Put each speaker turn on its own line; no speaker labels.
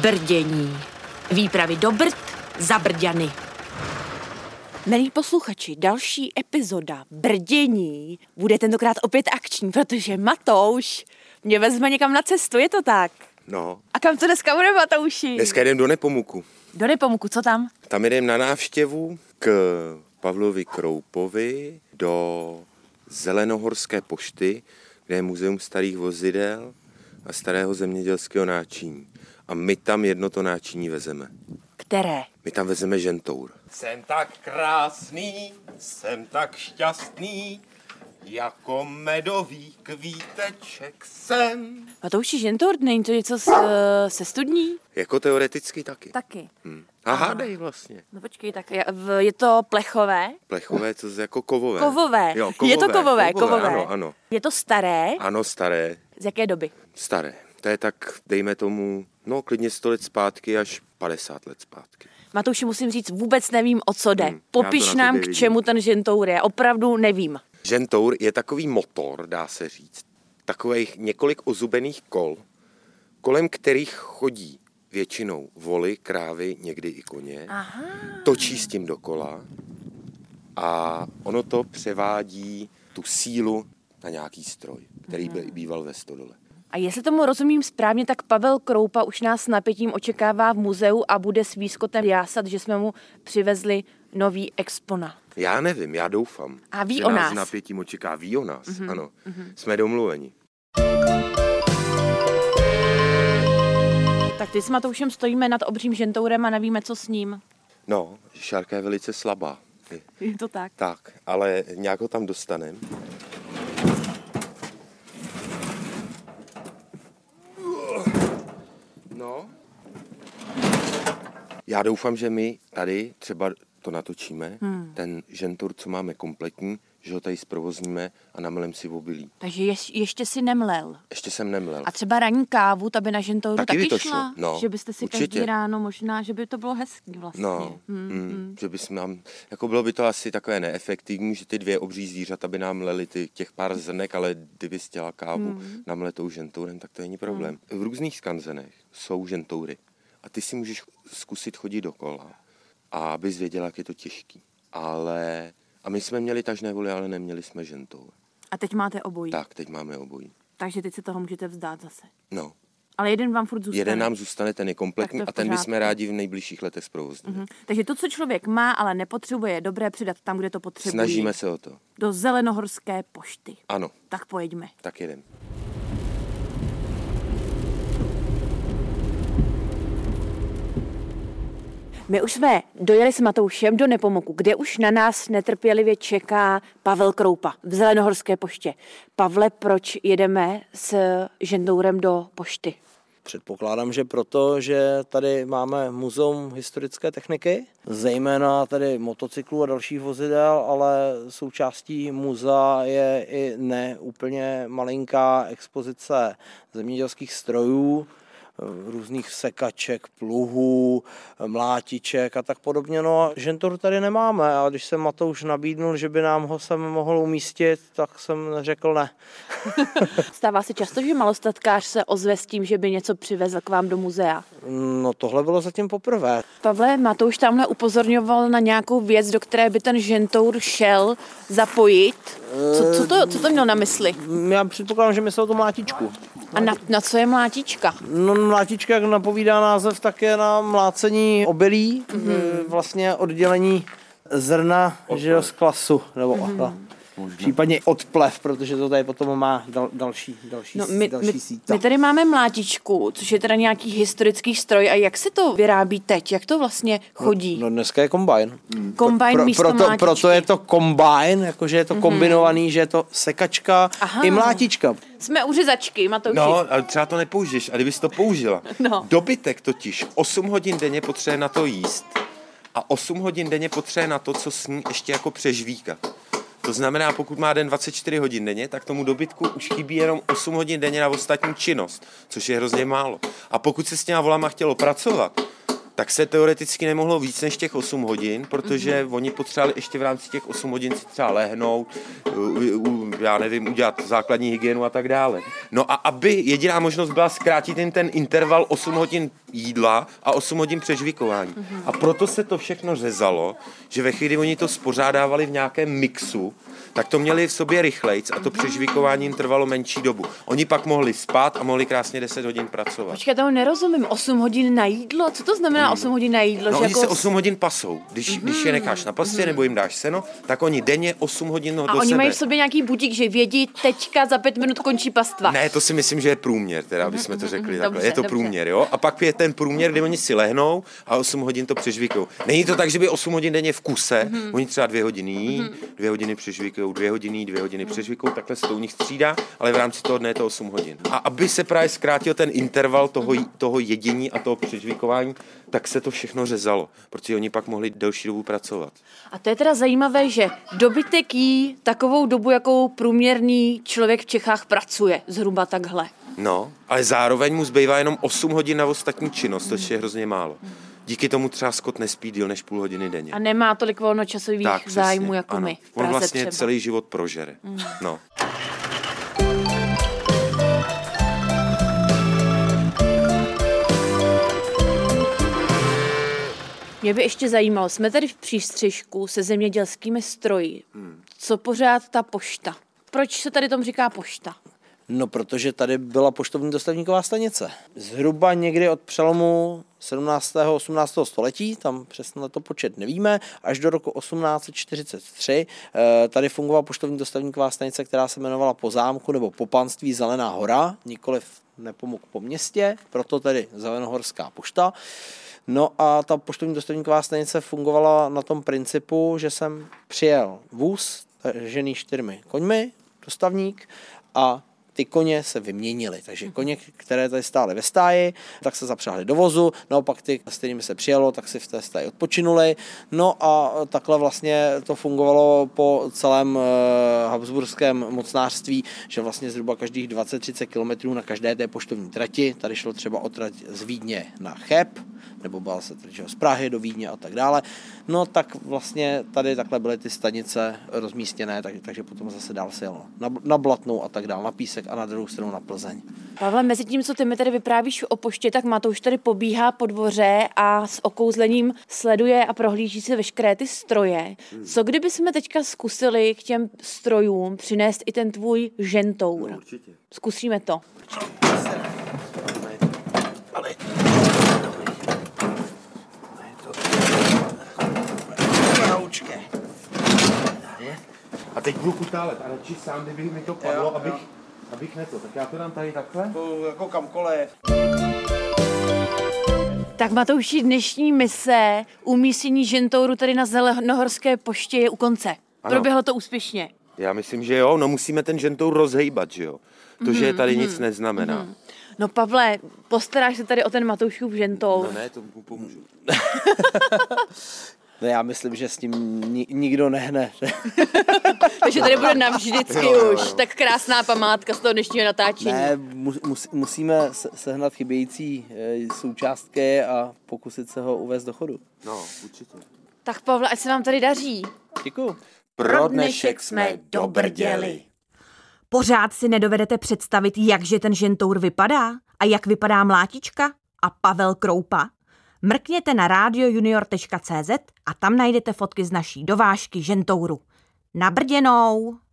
Brdění. Výpravy do Brd za Brďany.
Milí posluchači, další epizoda Brdění bude tentokrát opět akční, protože Matouš mě vezme někam na cestu, je to tak?
No,
A kam to dneska bude, Matouši?
dneska jdem do Nepomuku.
Do Nepomuku, co tam?
Tam jdem na návštěvu k Pavlovi Kroupovi do Zelenohorské pošty, kde je muzeum starých vozidel a starého zemědělského náčiní. A my tam jedno to náčiní vezeme.
Které?
My tam vezeme žentour.
Jsem tak krásný, jsem tak šťastný, jako medový kvíteček jsem.
Matouši, žentor, není to něco s, eh, se studní?
Jako teoreticky taky.
Taky.
Hm. A hádej vlastně.
No počkej, tak je, v- je to plechové?
Plechové, co z jako kovové.
Kovové.
Jo, kovové.
Je to kovové, kovové.
Ano, ano.
Je to staré?
Ano, staré.
Z jaké doby?
Staré. To je tak, dejme tomu, no klidně 100 let zpátky až 50 let zpátky.
Matouši, musím říct, vůbec nevím, o co jde.
Hmm, já to na
Popiš
tobě
nám, k
vidím.
čemu ten žentour je. Opravdu nevím.
Žentour je takový motor, dá se říct. Takových několik ozubených kol, kolem kterých chodí většinou voly, krávy, někdy i koně. Aha. Točí s tím dokola a ono to převádí tu sílu na nějaký stroj, který by býval ve stodole.
A jestli tomu rozumím správně, tak Pavel Kroupa už nás s napětím očekává v muzeu a bude s výskotem jásat, že jsme mu přivezli nový exponát.
Já nevím, já doufám.
A ví
že
o
nás.
nás. Mhm,
s napětím očeká, ví o nás, mm-hmm. ano. Mm-hmm. Jsme domluveni.
Tak teď s Matoušem stojíme nad obřím žentourem a nevíme, co s ním.
No, šárka je velice slabá. Je-
Je to tak.
Tak, ale nějak ho tam dostanem. No. Já doufám, že my tady třeba to natočíme, hmm. ten žentur, co máme kompletní, že ho tady zprovozníme a namelem si obilí.
Takže ješ, ještě si nemlel.
Ještě jsem nemlel.
A třeba ranní kávu, ta by na žentouru
Taky
taky,
by to
šla.
šlo, no,
že byste si
určitě.
každý ráno možná, že by to bylo hezký vlastně. hmm.
No, mm, mm. že bys nám, jako bylo by to asi takové neefektivní, že ty dvě obří zvířata by nám lely ty, těch pár zrnek, ale kdyby stěla kávu
Hmm.
mm. nám letou žentourem, tak to
No.
není problém. V různých skanzenech jsou žentoury a ty si můžeš zkusit chodit dokola a abys věděla, jak je to těžký. Ale, a my jsme měli tažné voly, ale neměli jsme žentour.
A teď máte obojí.
Tak, teď máme obojí.
Takže teď se toho můžete vzdát zase.
No,
Ale jeden vám furt zůstane.
jeden nám zůstane, ten je kompletní
to je v
a ten bychom
pořádku. Mhm.
rádi v nejbližších letech zprovoznili. Mm.
Takže to, co člověk má, ale nepotřebuje, je dobré přidat tam, kde to potřebuje.
Snažíme se o to.
Do Zelenohorské pošty.
Ano,
Tak pojďme.
tak jedem.
My už jsme dojeli s Matoušem do Nepomoku, kde už na nás netrpělivě čeká Pavel Kroupa v Zelenohorské poště. Pavle, proč jedeme s žendourem do pošty?
Předpokládám, že proto, že tady máme muzeum historické techniky, zejména tady motocyklů a dalších vozidel, ale součástí muzea je i neúplně malinká expozice zemědělských strojů, různých sekaček, pluhů, mlátiček a tak podobně. No a žentor tady nemáme a když se Matouš nabídnul, že by nám ho sem mohl umístit, tak jsem řekl ne.
Stává se často, že malostatkář se ozve s tím, že by něco přivezl k vám do muzea.
No tohle bylo zatím poprvé.
Pavle, Matouš tamhle upozorňoval na nějakou věc, do které by ten žentour šel zapojit. Co, co, to, co to měl na mysli?
Já předpokládám, že myslel to mlátičku.
A na, na co je mlátička?
No, mlátička, jak napovídá název, tak je na mlácení obilí,
Mhm.
mm-hmm. vlastně oddělení zrna že jo, z klasu, nebo
Mhm.
mm-hmm. případně odplev, protože to tady potom má dal, další, další,
No,
no,
my,
další
my,
síta.
my tady máme mlátičku, což je teda nějaký historický stroj. A jak se to vyrábí teď? Jak to vlastně chodí?
No dneska je kombajn.
Mm. Kombajn místo
proto,
mlátičky. Mhm.
proto je to kombajn, jakože je to kombinovaný, že je to sekačka
Aha.
i mlátička.
Jsme u řezačky, Matouši.
No, ale třeba to nepoužiješ, a kdybys to použila.
No.
Dobytek totiž 8 hodin denně potřebuje na to jíst a 8 hodin denně potřebuje na to, co sní ještě jako přežvíka. To znamená, pokud má den 24 hodin denně, tak tomu dobytku už chybí jenom 8 hodin denně na ostatní činnost, což je hrozně málo. A pokud se s těma volama chtělo pracovat, tak se teoreticky nemohlo víc než těch 8 hodin, protože mm-hmm. oni potřebovali ještě v rámci těch 8 hodin si třeba lehnout, u, u, já nevím, udělat základní hygienu a tak dále. No a aby jediná možnost byla zkrátit jim ten interval 8 hodin jídla a 8 hodin přežvikování. Mm-hmm. A proto se to všechno řezalo, že ve chvíli, kdy oni to spořádávali v nějakém mixu, tak to měli v sobě rychlejc a to přežvikování jim trvalo menší dobu. Oni pak mohli spát a mohli krásně 10 hodin pracovat.
Počkej, tomu nerozumím. 8 hodin na jídlo? Co to znamená 8 hodin na jídlo?
No,
že
oni
jako Mhm.
se 8 hodin pasou. Když, mm-hmm. když je necháš na pastě mm-hmm. nebo jim dáš seno, tak oni denně 8 hodin
A
do
oni
sebe.
mají v sobě nějaký budík, že vědí, teďka za pět minut končí pastva.
Ne, to si myslím, že je průměr, teda, aby jsme to řekli
mhm,
takhle.
dobře,
je to
dobře.
průměr, jo? A pak je ten průměr, kdy oni si lehnou a 8 hodin to přežvíkou. Není to tak, že by 8 hodin denně v kuse,
Mhm.
oni třeba dvě hodiny jí, dvě hodiny přežvíkou, dvě hodiny jí, dvě
Mhm.
hodiny přežvíkou, takhle se to u nich střídá, ale v rámci toho dne je to 8 hodin. A aby se právě zkrátil ten interval toho, jí- toho jedění a toho přežvíkování, tak se to všechno řezalo, protože oni pak mohli delší dobu pracovat.
A to je teda zajímavé, že dobytek jí takovou dobu, jakou průměrný člověk v Čechách pracuje, zhruba takhle.
No, ale zároveň mu zbývá jenom 8 hodin na ostatní činnost, což je hrozně málo. Díky tomu třeba Scott nespí díl než půl hodiny denně.
A nemá tolik volnočasových
tak, přesně,
zájmů jako
ano.
my. V
On
Praze
vlastně
třeba. Mm.
celý život prožere. No.
Mě by ještě zajímalo, jsme tady v přístřižku se zemědělskými stroji.
Hmm.
Co pořád ta pošta? Proč se tady tomu říká pošta?
No, protože tady byla poštovní dostavníková stanice. Zhruba někdy od přelomu 17. 18. století, tam přesně na to počet nevíme, až do roku 1843 eh, tady fungovala poštovní dostavníková stanice, která se jmenovala po zámku nebo po panství Zelená hora, nikoliv nepomuk po městě, proto tedy Zelenohorská pošta. No a ta poštovní dostavníková stanice fungovala na tom principu, že jsem přijel vůz eh, žený čtyřmi koňmi, dostavník, a ty koně se vyměnily. Takže koně, které tady stály ve stáji, tak se zapřáhly do vozu, naopak ty, s kterými se přijelo, tak si v té stáji odpočinuli. No a takhle vlastně to fungovalo po celém eh, Habsburském mocnářství, že vlastně zhruba každých 20-30 km na každé té poštovní trati, tady šlo třeba o trať z Vídně na Cheb, nebo byla se trať že jo, z Prahy do Vídně a tak dále, no tak vlastně tady takhle byly ty stanice rozmístěné, tak, takže potom zase dál se jelo na, na Blatnou a tak dále, na Písek a na druhou stranu na Plzeň.
Pavle, mezi tím, co ty mi tady vyprávíš o poště, tak Matouš tady pobíhá po dvoře a s okouzlením sleduje a prohlíží si veškeré ty stroje. Co kdyby jsme teďka zkusili k těm strojům přinést i ten tvůj žentour? No, určitě. Zkusíme to.
A teď budu kutálet, ale či sám, kdyby mi to padlo,
Jo, jo.
abych, abych ne to. Tak já to dám tady takhle.
Jako kamkoliv.
Tak Matouši, dnešní mise umístění žentouru tady na Zelenohorské poště je u konce.
Ano.
Proběhlo to úspěšně.
Já myslím, že jo, no musíme ten žentou rozhejbat, že jo. To, že
Mhm,
tady nic neznamená.
No Pavle, postaráš se tady o ten Matoušův žentour.
No ne, to mu pomůžu.
No já myslím, že s tím ni- nikdo nehne.
Takže tady bude navždycky
Jo, jo,
už.
jo.
Tak krásná památka z toho dnešního natáčení.
ne, mu- mus- musíme se- sehnat chybějící eh, součástky a pokusit se ho uvést do chodu.
No, určitě.
Tak Pavle, ať se vám tady daří.
Děkuju.
Pro dnešek jsme dobrděli. Pořád si nedovedete představit, jakže ten žentour vypadá a jak vypadá Mlátička a Pavel Kroupa? Mrkněte na radiojunior.cz a tam najdete fotky z naší dovážky žentouru. Na brděnou!